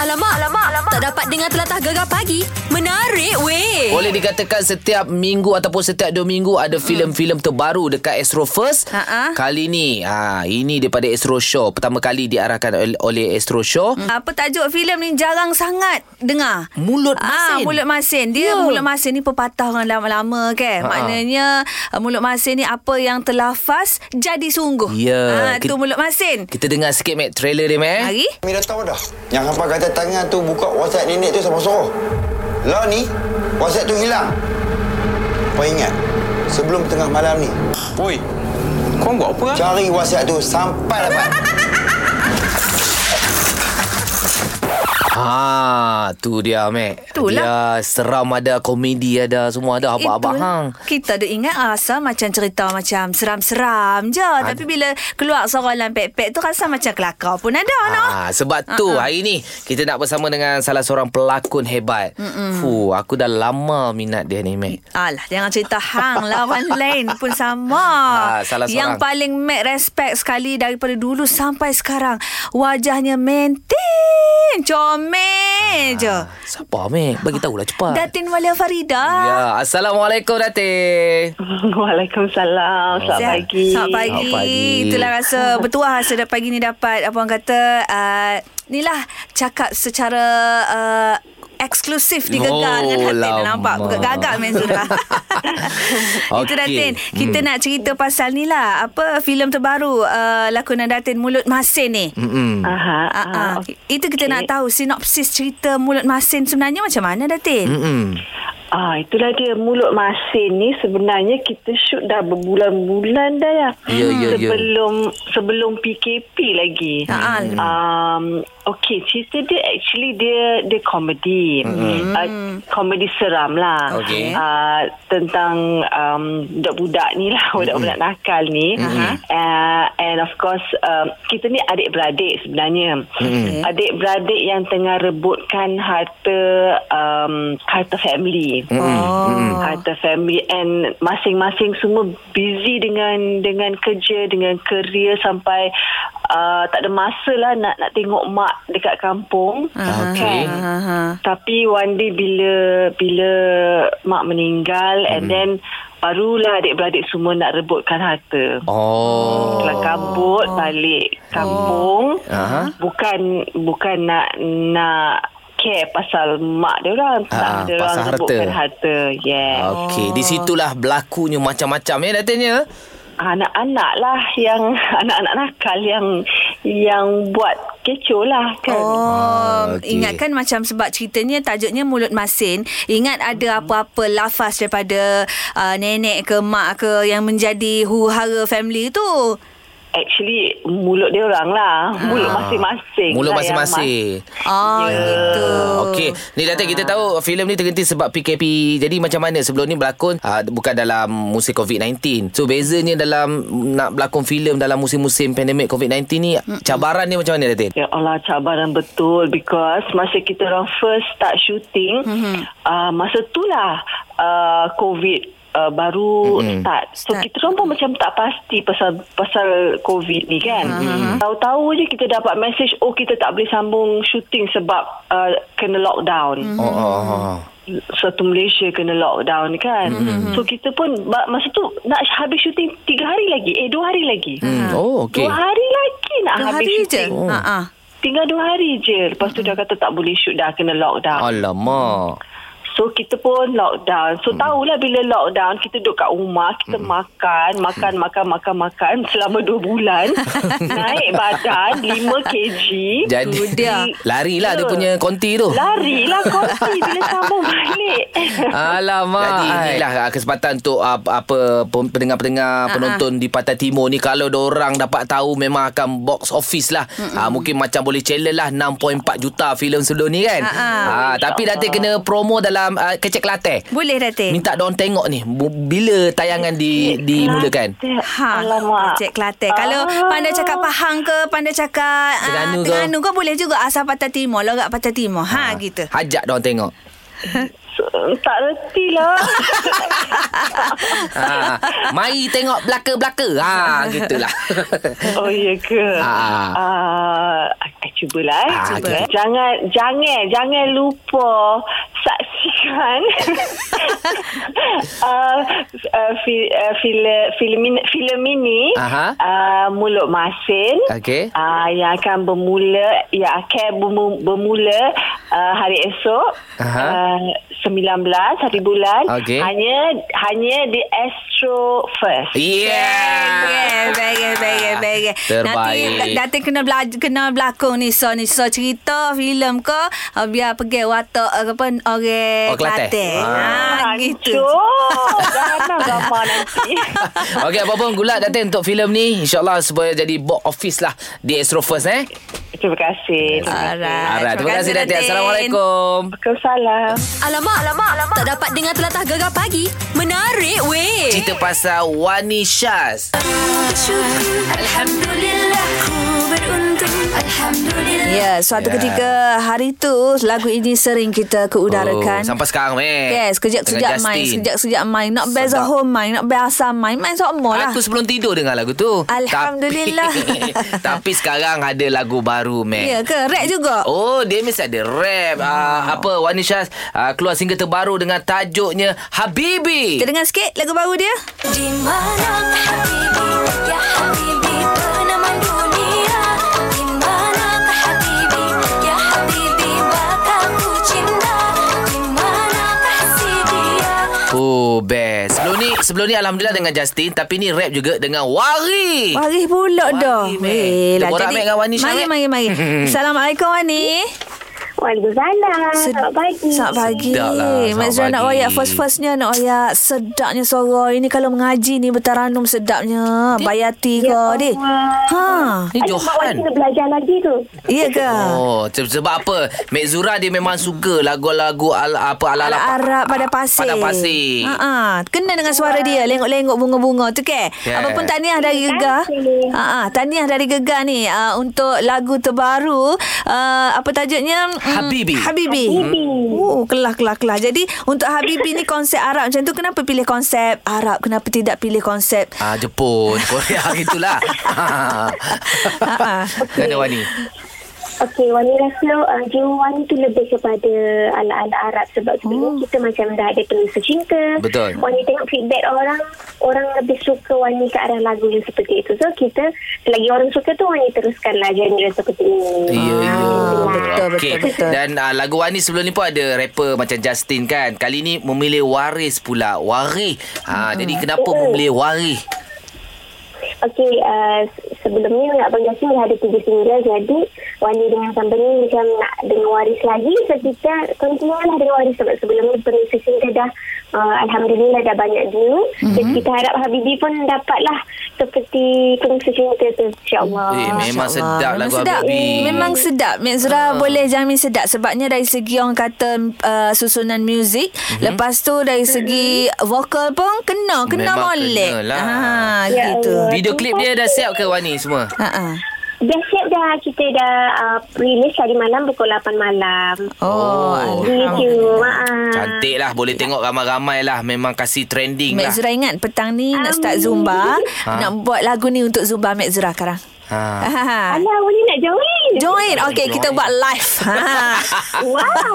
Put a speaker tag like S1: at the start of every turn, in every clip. S1: Alamak, alamak, alamak. Tak dapat dengar telatah gegar pagi. Menarik, weh.
S2: Boleh dikatakan setiap minggu ataupun setiap dua minggu ada filem-filem terbaru dekat Astro First.
S1: Ha-ha.
S2: Kali ni, ha, ini daripada Astro Show. Pertama kali diarahkan ol- oleh Astro Show.
S3: Hmm. Apa tajuk filem ni jarang sangat dengar.
S2: Mulut
S3: Ah,
S2: Masin. Ya.
S3: mulut masin. Dia yeah. mulut masin ni pepatah orang lama-lama kan.
S2: Ha-ha.
S3: Maknanya uh, mulut masin ni apa yang terlafaz jadi sungguh.
S2: Ya. Eh,
S3: Ah, tu
S2: Kita-
S3: mulut masin.
S2: Kita dengar sikit, Mac, trailer dia, Mac.
S3: Hari
S4: Mi dah tahu dah. Yang hampa kata tangan tu buka WhatsApp nenek tu sama suruh. Lah ni, WhatsApp tu hilang. Kau ingat, sebelum tengah malam ni,
S5: Oi, kau buat apa? Cak.
S4: cari WhatsApp tu sampai dapat.
S2: Ha, tu dia, Mac.
S3: Itulah.
S2: Dia seram ada, komedi ada,
S3: Eh,
S2: semua ada. Abang-abang hang.
S3: Kita ada ingat rasa macam cerita macam seram-seram je. Ad... Tapi bila keluar soralan pek-pek tu rasa macam kelakar pun ada ha. no.
S2: Ha, sebab tu hari ni kita nak bersama dengan salah seorang pelakon hebat. Mm-mm. Fuh, aku dah lama minat dia ni, Mac.
S3: Alah, jangan cerita hang lah. Orang lain pun sama.
S2: Ah, salah
S3: Yang
S2: seorang.
S3: paling Mac respect sekali daripada dulu sampai sekarang. Wajahnya maintain. Comel je.
S2: Sabar, Ha, Mac. Bagi tahulah cepat.
S3: Datin Walia Farida.
S2: Ah. Ya, Assalamualaikum Datin.
S6: Waalaikumsalam. Selamat
S3: Siap.
S6: pagi.
S3: Selamat pagi.
S2: Selamat pagi.
S3: Itulah rasa bertuah rasa dah pagi ni dapat apa orang kata uh, ni lah cakap secara uh, eksklusif di Gegar
S2: Oh,
S3: dengan Datin. Nampak
S2: lama.
S3: gagak main surah. Itu
S2: Okey.
S3: Datin. Kita
S2: Hmm.
S3: nak cerita pasal ni lah apa filem terbaru uh, lakonan Datin Mulut Masin ni.
S2: Mm-mm.
S6: Aha,
S3: Ah,
S6: aha,
S3: ah.
S6: okey.
S3: Itu kita nak tahu sinopsis cerita Mulut Masin sebenarnya macam mana Datin?
S2: Mm-mm.
S6: Ah, itulah dia mulut masin ni sebenarnya kita shoot dah berbulan-bulan dah ya.
S2: Ya, ya, ya.
S6: sebelum sebelum PKP lagi.
S3: Ah, ah.
S6: Um okey, cerita dia actually dia dia komedi. Hmm. Uh, komedi seram lah.
S2: Okey.
S6: Uh, tentang um, budak-budak ni lah, budak-budak nakal ni. Uh, and of course um, kita ni adik-beradik sebenarnya.
S3: Okey.
S6: Adik-beradik yang tengah rebutkan harta um, harta family.
S3: Oh.
S6: Harta family and masing-masing semua busy dengan dengan kerja, dengan kerja sampai uh, tak ada masa lah nak, nak tengok mak dekat kampung.
S2: Ah, okey.
S6: Kan?
S3: Ha, ha.
S6: Tapi one day bila bila mak meninggal and
S2: Hmm.
S6: then barulah adik-beradik semua nak rebutkan harta.
S2: Oh. Hmm.
S6: Telah kabut balik kampung.
S2: Aha.
S6: Bukan bukan nak nak care pasal mak dia orang,
S2: Ah,
S6: tak dia
S2: pasal
S6: orang
S2: harta. Ah.
S6: rebutkan harta. Yes.
S2: Okey, di situlah berlakunya macam-macam ya Datin ya.
S6: anak-anak lah yang anak-anak nakal yang yang buat kecoh lah kan.
S3: Oh,
S2: Ah, okey.
S3: okay. ingatkan macam sebab ceritanya tajuknya mulut masin. Ingat
S6: Hmm.
S3: ada apa-apa lafaz daripada uh, nenek ke mak ke yang menjadi huru-hara family tu.
S6: Actually mulut dia orang lah, mulut
S2: Ah.
S6: masing-masing.
S2: Mulut
S6: lah yang
S2: masing-masing.
S3: Oh,
S6: Ya.
S3: yeah. gitu.
S2: Okey, ni Datin kita tahu filem ni terhenti sebab PKP. Jadi macam mana sebelum ni berlakon uh, bukan dalam musim COVID-19. So bezanya dalam nak berlakon filem dalam musim-musim pandemik COVID-19 ni cabaran dia macam mana Datin?
S6: Ya Allah cabaran betul because masa kita orang first start
S3: Mhm.
S6: shooting mm-hmm. uh, masa itulah uh, covid uh,
S2: Mhm.
S6: baru mm-hmm. start. So
S3: Start.
S6: start. kita orang pun macam tak pasti pasal pasal covid ni kan.
S3: Mhm.
S2: Mhm.
S6: Mm-hmm. Tahu-tahu je kita dapat message oh kita tak boleh sambung shooting sebab uh, kena lockdown.
S3: Mhm.
S6: Mm-hmm
S2: Oh, oh, oh.
S6: satu Malaysia kena lockdown kan.
S2: Mhm.
S6: Mm-hmm. So kita pun ba- masa tu nak habis syuting tiga hari lagi. Eh dua hari lagi.
S2: Hmm. Oh, okey.
S6: Dua hari lagi nak
S3: Ha. Dua
S6: habis
S3: hari je.
S6: syuting.
S3: Oh. Ha ah.
S6: Tinggal dua hari je. Lepas tu dah kata tak boleh shoot dah kena lockdown.
S2: Alamak.
S6: So kita pun
S2: Hmm.
S6: lockdown. So tahulah bila lockdown kita duduk kat rumah, kita makan, makan,
S2: Hmm.
S6: makan, makan, makan selama dua bulan. Naik badan 5 kg.
S2: Jadi
S3: dia.
S2: larilah dia
S6: Ya.
S2: punya konti tu.
S6: Lari lah kopi bila sambung balik.
S2: Alamak. Jadi inilah ah, kesempatan untuk ah, apa
S3: Ah,
S2: pem- pendengar-pendengar penonton di Pantai Timur ni kalau orang dapat tahu memang akan box office lah. Ah, mungkin macam boleh challenge lah 6.4 juta filem sebelum ni kan. Ah, tapi Datin kena promo dalam ah, Kecek Kelate.
S3: Boleh Datin.
S2: Minta diorang tengok ni bu- bila tayangan di dimulakan.
S3: Ha,
S6: Alamak. Ah.
S3: Cek Kelate. Kalau pandai cakap Pahang ke, pandai cakap ah,
S2: Terengganu ke? Ah.
S3: Terengganu ke boleh juga asal Pantai Timur, lorak Pantai Timur. Ha, ha. gitu.
S2: Ajak diorang tengok.
S6: So, tak reti lah.
S2: ha. Mari tengok belaka-belaka. Ha, gitulah.
S6: oh, ya ke?
S2: Ah.
S6: Ah, I cubalah eh.
S2: Ah,
S6: Cuba,
S2: okey.
S6: eh. Jangan, jangan, jangan lupa saksikan uh, uh, fi, uh, filem, filem, ini- filem ini
S2: Aha.
S6: uh, Mulut Masin
S2: Okey.
S6: uh, yang akan bermula yang akan bermu- bermula uh, hari esok
S2: Aha.
S6: uh, 19 hari bulan
S2: Okey.
S6: hanya hanya di Astro First
S2: Yeah.
S3: Baik, baik, baik, baik. Nanti
S2: Terbaik.
S3: Datin kena belajar, kena berlakon ni so ni so cerita filem ke ah, biar pergi watak eh, apa orang
S2: Oh, Kelantan.
S3: Kelantan.
S6: Ah,
S3: Ha gitu.
S6: Cuk, jangan gambar nanti.
S2: Okey, apa pun gulat Datin untuk filem ni. InsyaAllah supaya jadi box office lah di Astro First eh.
S6: Terima kasih.
S3: Alright.
S2: Alright, terima kasih Datin. Assalamualaikum.
S6: Waalaikumsalam.
S1: Alamak, alamak, alamak. Tak dapat dengar telatah gegar pagi. Menarik weh.
S2: Cerita pasal Wani Syaz.
S1: Syukur. Alhamdulillah ku beruntung. Alhamdulillah.
S3: Ya, suatu
S2: Ya.
S3: ketika hari tu lagu ini sering kita keudarakan.
S2: Oh, sampai sekarang eh.
S3: Yes,
S2: Dengan
S3: kejap-kejap main,
S2: Justin.
S3: kejap-kejap main. Nak best
S2: Sedap.
S3: home main, nak best asam main, main semua lah.
S2: Aku sebelum tidur dengar lagu tu.
S3: Alhamdulillah.
S2: Tapi, tapi sekarang ada lagu baru, Mac.
S3: Ya ke? Rap juga.
S2: Oh, dia mesti ada rap. Uh, apa, Wanisha uh, keluar single terbaru dengan tajuknya Habibi.
S3: Kita dengar sikit lagu baru dia.
S2: Eh.
S1: Di mana Habibi, ya Habibi, penaman dunia. Di mana Habibi, ya Habibi, bakal ku cinta. Di mana si dia?
S2: Oh, best. Sebelum ni, sebelum ni Alhamdulillah dengan Justin. Tapi ni rap juga dengan Wari.
S3: Waris pula
S2: Wari,
S3: dah.
S2: Mek.
S3: Weh, lah.
S2: Terborak,
S3: Jadi,
S2: Mek, dengan Wani
S3: Mari,
S2: Syah, Mek.
S3: mari, mari. Assalamualaikum, Wani.
S7: Waalaikumsalam. Ah, Selamat pagi.
S3: Sedap pagi.
S2: Sedap lah,
S3: Mak
S2: selamat
S3: Zura nak
S2: pagi.
S3: wayak first-firstnya nak wayak sedapnya suara. Ini kalau mengaji ni bertaranum sedapnya. Bayati ke,
S7: Ya
S3: dek. Ha.
S2: Ni
S7: Aduh, Mak Wan
S2: Johan.
S7: kena belajar lagi tu.
S3: Iya ke?
S2: Oh, se- sebab apa? Mek Zura dia memang suka lagu-lagu al, apa ala
S3: Alat Arab pada pasir.
S2: Ah, Pada pasir.
S3: Ha ah, kena dengan suara dia, lengok-lengok bunga-bunga tu ke.
S2: Yeah.
S3: Yeah. Apa pun tahniah dari Gegar. Ha ah, tahniah dari Gegar ni uh, untuk lagu terbaru uh, apa tajuknya? Mm,
S2: Habibi.
S3: Habibi. Oh, kelah kelah kelah. Jadi untuk Habibi ni konsep Arab macam tu kenapa pilih konsep Arab? Kenapa tidak pilih konsep
S2: Ah, Jepun, Korea gitulah.
S3: Ah, ah.
S2: Kan ada Wani.
S7: Okey, Wani rasa uh, jiwa Wani tu lebih kepada ala-ala Arab sebab sebenarnya hmm. kita macam dah ada penulis cinta.
S2: Oh. Betul.
S7: Wani tengok feedback orang, orang lebih suka Wani ke arah lagu yang seperti itu. So, kita selagi orang suka tu Wani teruskanlah genre seperti ini.
S2: Ya, ya.
S3: Ah, betul, betul,
S2: Okey.
S3: betul.
S2: Dan uh, lagu Wani sebelum ni pun ada rapper macam Justin kan. Kali ni memilih Waris pula. Waris. Ha,
S3: Hmm. Oh,
S2: Jadi kenapa memilih Waris?
S7: Okey, uh, sebelumnya nak Abang Jasim dah ada tiga single. Jadi, Wani dengan company macam nak dengan waris lagi. So, kita continue lah dengan waris sebab sebelum ni penulis single dah uh, Alhamdulillah dah banyak view. Mm-hmm.
S2: Mhm.
S7: Dan kita harap Habibie pun dapatlah seperti penulis single tu. InsyaAllah.
S2: Eh, memang
S3: Masya Allah.
S2: sedap
S3: Ah, Memang
S2: lagu Ah.
S3: sedap.
S2: Habibi.
S3: Memang sedap. Mek Zura boleh jamin sedap. Sebabnya dari segi orang kata uh, susunan muzik.
S2: Mhm.
S3: Lepas tu dari segi vokal pun kena. Kena
S2: Memang lah.
S3: molek.
S2: kenalah.
S3: Ha,
S7: Ya
S3: gitu.
S7: Allah.
S2: Video klip dia dah siap ke Wani semua?
S3: Ha, ha.
S7: Dah siap dah. Kita dah uh, release hari malam pukul 8 malam.
S3: Oh,
S2: Oh.
S7: Di YouTube. Uh,
S2: Cantik lah. Boleh tengok ramai-ramai lah. Memang kasih trending
S3: Mek
S2: lah.
S3: Zura ingat petang ni nak start Zumba. Nak buat lagu ni untuk Zumba Mek Zura sekarang.
S2: Ha.
S3: Ha.
S7: Alah, Wani nak join.
S3: Join. Okay, kita buat live. Ha.
S7: Wow.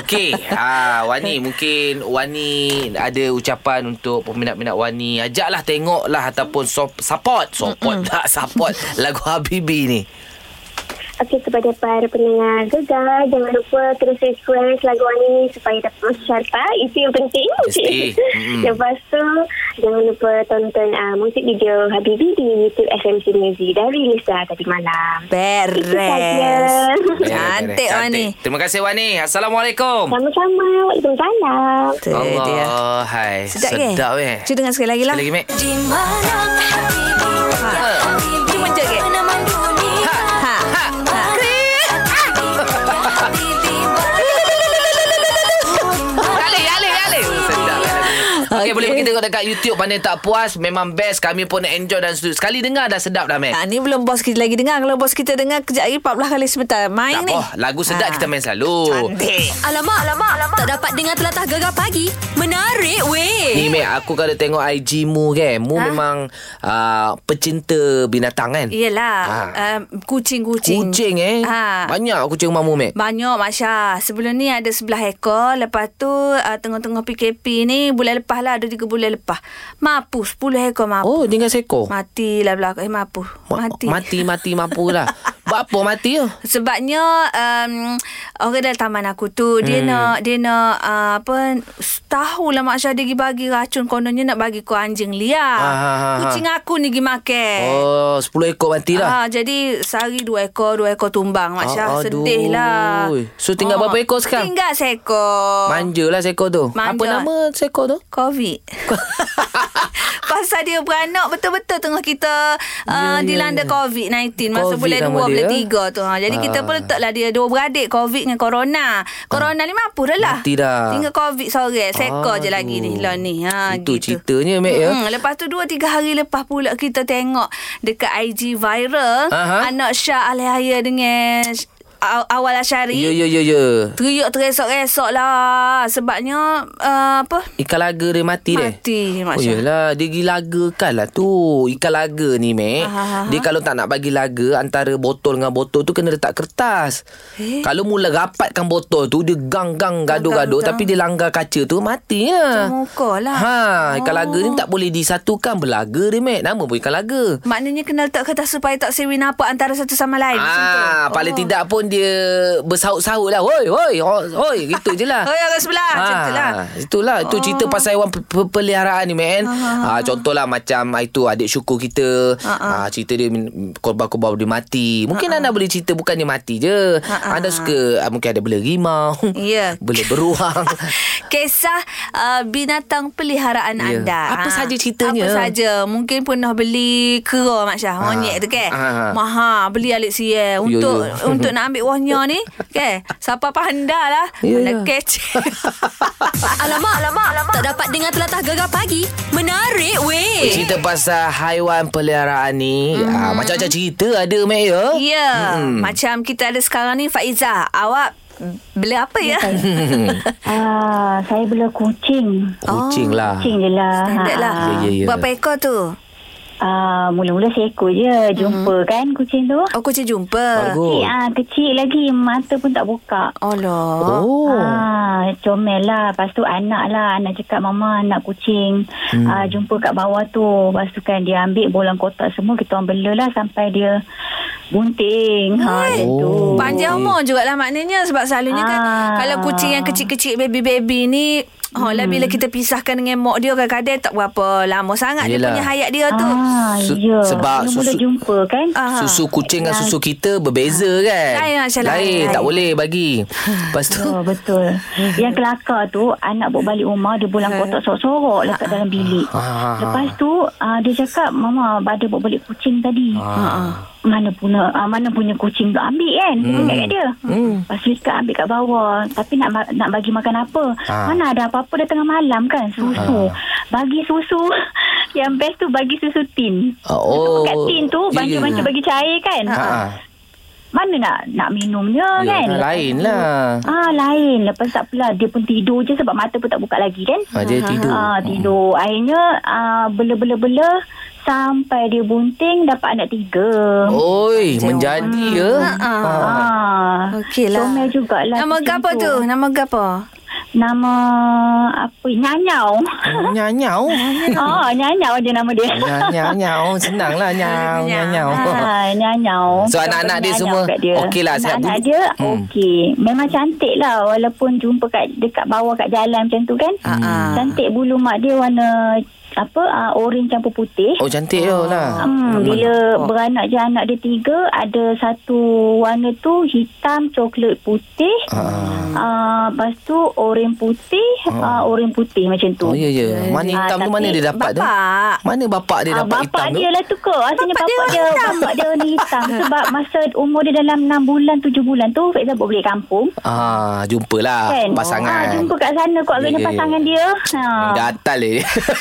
S2: Okey, ah Wani mungkin Wani ada ucapan untuk peminat-peminat Wani. Ajaklah tengoklah ataupun sop, support, support tak support lagu Habibi ni.
S7: Okey, kepada para pendengar gegar, jangan lupa terus request lagu ini supaya dapat masuk carta. Itu yang penting.
S2: Mesti. Mm-mm.
S7: Lepas tu, jangan lupa tonton uh, musik video Habibi di YouTube FMC Music. Dah rilis dah tadi malam. Itu
S3: Beres.
S7: saja.
S3: Cantik Wani.
S2: Terima kasih Wani. Assalamualaikum.
S7: Sama-sama. Waalaikumsalam.
S3: Tu dia.
S2: Allah, hai.
S3: Sedap, ke?
S2: Sedap eh? weh.
S3: Cuba dengar sekali lagi lah.
S2: Sekali lagi, Mek.
S1: Di mana Habibi, ya Habibi,
S3: Cuma je ke?
S1: penaman dunia.
S3: Ha. Ha. Ha.
S1: ya Habibi, bakal ku cinta.
S2: Yale, yale, yale. Sedap. Okey,
S3: Okey.
S2: boleh pergi kita tengok dekat YouTube pandai tak puas memang best kami pun enjoy dan setuju. Sekali dengar dah sedap dah Mac.
S3: Ha, ni belum bos kita lagi dengar. Kalau bos kita dengar kejap lagi 14 kali sebentar.
S2: Tak
S3: Main ni.
S2: apa, lagu sedap
S3: Ah.
S2: kita main selalu.
S3: Cantik.
S1: Alamak, alamak, alamak. Tak dapat dengar telatah gegar pagi. Menarik
S2: Ni
S1: weh.
S2: Mac, aku kalau tengok IG mu kan,
S3: Ah.
S2: mu memang uh, pecinta binatang kan?
S3: Yelah,
S2: Ah.
S3: um, kucing-kucing.
S2: Kucing eh.
S3: Ah.
S2: Banyak kucing rumah mu Mac.
S3: Banyak Masya Sebelum ni ada sebelah ekor Lepas tu uh, Tengah-tengah PKP ni Bulan lepas lah Ada tiga bulan lepas Mampu Sepuluh ekor mampu
S2: Oh, dengan seekor.
S3: Matilah belakang Eh mampu
S2: Ma-
S3: Mati
S2: Mati, mati, mampulah. Buat apa mati tu?
S3: Sebabnya um, Orang dalam taman aku tu
S2: Hmm.
S3: Dia nak Dia nak uh, Apa Tahu lah Mak Syah Dia pergi bagi racun Kononnya nak bagi kau anjing liar
S2: Ah, ah, ah,
S3: Kucing aku ni pergi makan
S2: Oh, 10 ekor mati lah.
S3: Eh. Ah, jadi sehari dua ekor, dua ekor tumbang. Mak Syah
S2: Ah, aduh.
S3: sedih lah.
S2: So, tinggal berapa ekor sekarang?
S3: Tinggal seekor.
S2: Manjalah lah seekor tu. Apa
S3: Manja.
S2: nama seekor tu?
S3: COVID. Pasal dia beranak betul-betul tengah kita uh,
S2: Ya, ya,
S3: dilanda
S2: ya.
S3: COVID-19 masa
S2: COVID
S3: bulan
S2: nama
S3: 2 bulan
S2: dia.
S3: 3 tu. Ha. Jadi kita
S2: Ah.
S3: pun letaklah dia dua beradik COVID dengan corona. Corona ni mampu dah lah.
S2: Mati dah.
S3: Tinggal COVID sore sekor je lagi ni lah ni. Ha
S2: Itu
S3: gitu.
S2: ceritanya, Mek, ya.
S3: Mm-mm. Lepas tu 2 3 hari lepas pula kita tengok dekat IG viral
S2: Aha.
S3: anak Syah Alihaya dengan Aw- Awal Asyari.
S2: Ya, ya, ya, ya.
S3: Teriak teresok-esok lah Sebabnya uh, Apa
S2: Ikan laga dia mati dia?
S3: Mati, Mak
S2: Oh
S3: Syah.
S2: yelah Dia pergi lagakan lah tu Ikan laga ni
S3: Ah,
S2: Mek
S3: ah,
S2: Dia kalau tak nak bagi laga Antara botol dengan botol tu Kena letak kertas eh? Kalau mula rapatkan botol tu Dia gang-gang gaduh-gaduh Tapi dia langgar kaca tu Mati ya
S3: Macam muka lah.
S2: ha, Ikan
S3: Oh.
S2: laga ni tak boleh disatukan Berlaga dia Mek Nama pun ikan laga
S3: Maknanya kena letak kertas supaya tak sewi nampak antara satu sama lain. macam tu.
S2: Ah, paling tidak pun dia bersaut-saut lah. Hoi, hoi, hoi, hoi gitu je lah.
S3: Hoi, orang sebelah, macam tu lah.
S2: Itulah, itu oh. cerita pasal haiwan pe- pe- peliharaan ni, man. Ah, contohlah macam ah, itu adik syukur kita. Ah, cerita dia min- korban-korban dia mati. Mungkin anda boleh cerita bukan dia mati je. Anda suka, ah, mungkin ada bela rimau.
S3: Ya.
S2: bela beruang.
S3: Kisah uh, binatang peliharaan
S2: Ya.
S3: anda.
S2: Apa
S3: Ah,
S2: saja ceritanya?
S3: Apa saja. Mungkin pernah beli kera Mak Syah. Monyet tu kan.
S2: Ah.
S3: Maha beli alik siya. Untuk
S2: ya.
S3: untuk nak ambil wahnya ni. Kan. Siapa pandai lah.
S2: Ya,
S3: Nak
S2: ya.
S3: kecil.
S1: Alamak, alamak, alamak. Tak dapat dengar telatah gegar pagi. Menarik
S2: Oh,
S1: weh.
S2: cerita pasal haiwan peliharaan ni. Ah, macam-macam cerita ada, Mek, ya?
S3: Ya. Macam kita ada sekarang ni Faiza. Awak beli apa ya?
S7: Ah, saya bela kucing.
S2: Kucing lah.
S7: Kucing je lah.
S3: Standard lah.
S2: Ya, ya, ya.
S3: Berapa ekor tu?
S7: Ah, mula-mula seekor je jumpa kan kucing tu.
S3: Oh, kucing jumpa.
S7: Kecil,
S2: Bagus.
S7: ah, kecil lagi mata pun tak buka.
S3: Alah.
S2: Oh.
S7: Ah, comel lah. Lepas tu anak lah. Anak cakap mama nak kucing. Hmm. Ah, jumpa kat bawah tu. Lepas tu kan dia ambil bolang kotak semua. Kita orang bela lah sampai dia bunting. Ha, macam tu.
S2: Oh.
S3: Panjang umur jugalah maknanya sebab selalunya kan
S7: Ah.
S3: kalau kucing yang kecil-kecil baby-baby ni Oh lah bila kita pisahkan dengan mak dia kadang-kadang tak berapa lama sangat dia
S2: Yelah.
S3: punya hayat dia tu.
S7: Ah,
S2: Su-
S7: ya.
S2: sebab
S7: mula-mula
S2: susu-
S7: jumpa kan.
S3: Ah.
S2: Susu kucing dengan susu kita berbeza kan?
S3: Lain, Aisyah, lain,
S2: Ya. Lain, tak
S3: lain.
S2: boleh bagi. Lepas tu,
S7: Oh, betul. Yang kelakar tu anak bawa balik rumah dia bulan kotak sorok-sorok lah kat dalam bilik.
S2: Ah.
S7: Lepas tu uh, dia cakap mama ada Ha. bawa balik kucing tadi.
S2: Ah.
S7: Mana punya uh, mana punya kucing tu ambil kan? Hmm. Kat dia. Hmm. Lepas tu dia cakap ambil kat bawah tapi nak ma- nak bagi makan apa?
S2: Ah.
S7: Mana ada apa-apa dah tengah malam kan susu. Bagi susu. Yang best tu bagi susu tin.
S2: Ah, oh.
S7: Susu kat tin tu
S2: Ya, ya,
S7: banyak-banyak
S2: ya.
S7: bagi cair kan?
S2: ha, ha.
S7: Mana nak nak minumnya
S2: Ya,
S7: kan?
S2: lain lah.
S7: Ah lain Lepas tak pula Dia pun tidur je Sebab mata pun tak buka lagi kan
S2: Ah, dia tidur.
S7: ah, Tidur Akhirnya ah, Bela-bela-bela Sampai dia bunting Dapat anak tiga
S2: Oi, menjadi ya.
S7: Hmm.
S2: Ha.
S7: Ah,
S3: Okey lah.
S7: Comel jugalah
S3: Nama
S7: kucing
S3: gapo tu? Nama gapo?
S7: Nama Apa Nyanyau
S2: Nyanyau.
S7: Oh Nyanyau je nama dia
S2: Nyanyau, senanglah nyau, nyanyau.
S7: Ah, nyanyau.
S2: So, anak-anak dia
S7: Nyanyau
S2: semua
S7: kat dia.
S2: okey lah, siap
S7: Anak-anak
S2: dulu.
S7: dia
S2: Hmm.
S7: okey. Memang cantik lah
S2: Hmm.
S7: walaupun jumpa kat dekat bawah kat jalan macam tu kan. Cantik bulu mak dia warna apa uh, orange campur putih.
S2: Oh cantik oh. lah.
S7: Hmm, bila beranak je anak dia tiga ada satu warna tu hitam coklat putih. Ah. Uh, lepas tu oren putih, ah. uh, oren putih macam
S2: Oh
S7: tu.
S2: ya ya. Mana
S7: Ah,
S2: hitam tu
S7: tapi
S2: mana dia dapat tu?
S3: bapak.
S2: Mana bapak dia
S7: Ah,
S2: dapat hitam
S7: bapak
S2: tu?
S7: dia lah tu kot.
S3: Bapak
S7: Asalnya bapak,
S3: dia
S7: bapak dia,
S3: hitam.
S7: bapak dia warna hitam. Sebab masa umur dia dalam 6 bulan, 7 bulan tu, Faizal bawa balik kampung.
S2: Ah, jumpalah
S7: Kan?
S2: pasangan.
S7: Ah, jumpa kat sana kot
S2: Ya,
S7: yeah,
S2: ya, ya.
S7: pasangan dia. Ha.
S2: Gatal dia.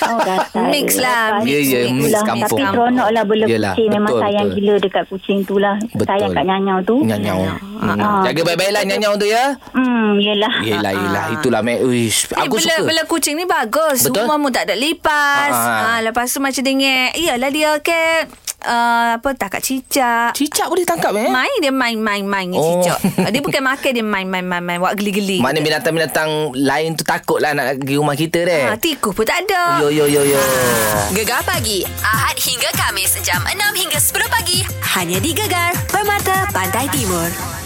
S7: Oh, gatal.
S3: Mix lah,
S7: Lepas
S2: mix, Ya, ya, mix
S7: tu lah.
S2: kampung.
S7: Tapi seronok lah bela
S2: Yelah,
S7: kucing. Memang
S2: betul,
S7: sayang
S2: betul.
S7: gila dekat kucing tu lah. Sayang kat nyanyau tu.
S2: Nyanyau. Hmm.
S7: Ah.
S2: Jaga baik-baik lah nyanyau tu ya.
S7: Hmm, yelah.
S2: Yelah, yelah.
S7: ah.
S2: Itulah, Mac. Uish,
S3: Eh,
S2: aku
S3: bela,
S2: suka.
S3: bela kucing ni bagus.
S2: Betul.
S3: Betul? Rumah pun tak ada lipas.
S2: Ah, ah.
S3: Ha, lepas tu macam dengek. Iyalah dia ke uh, apa tak kat cicak.
S2: Cicak boleh tangkap, eh?
S3: Main dia main main main dengan
S2: Oh.
S3: cicak. Ah, Dia bukan makan dia main main main main buat geli-geli.
S2: Mana binatang-binatang lain tu takut lah nak pergi rumah kita deh.
S3: ha, tikus pun tak ada.
S7: Ah,
S2: Yo, yo, yo, yo.
S1: Gegar pagi Ahad hingga Kamis jam 6 hingga 10 pagi hanya di Gegar Permata Pantai Timur.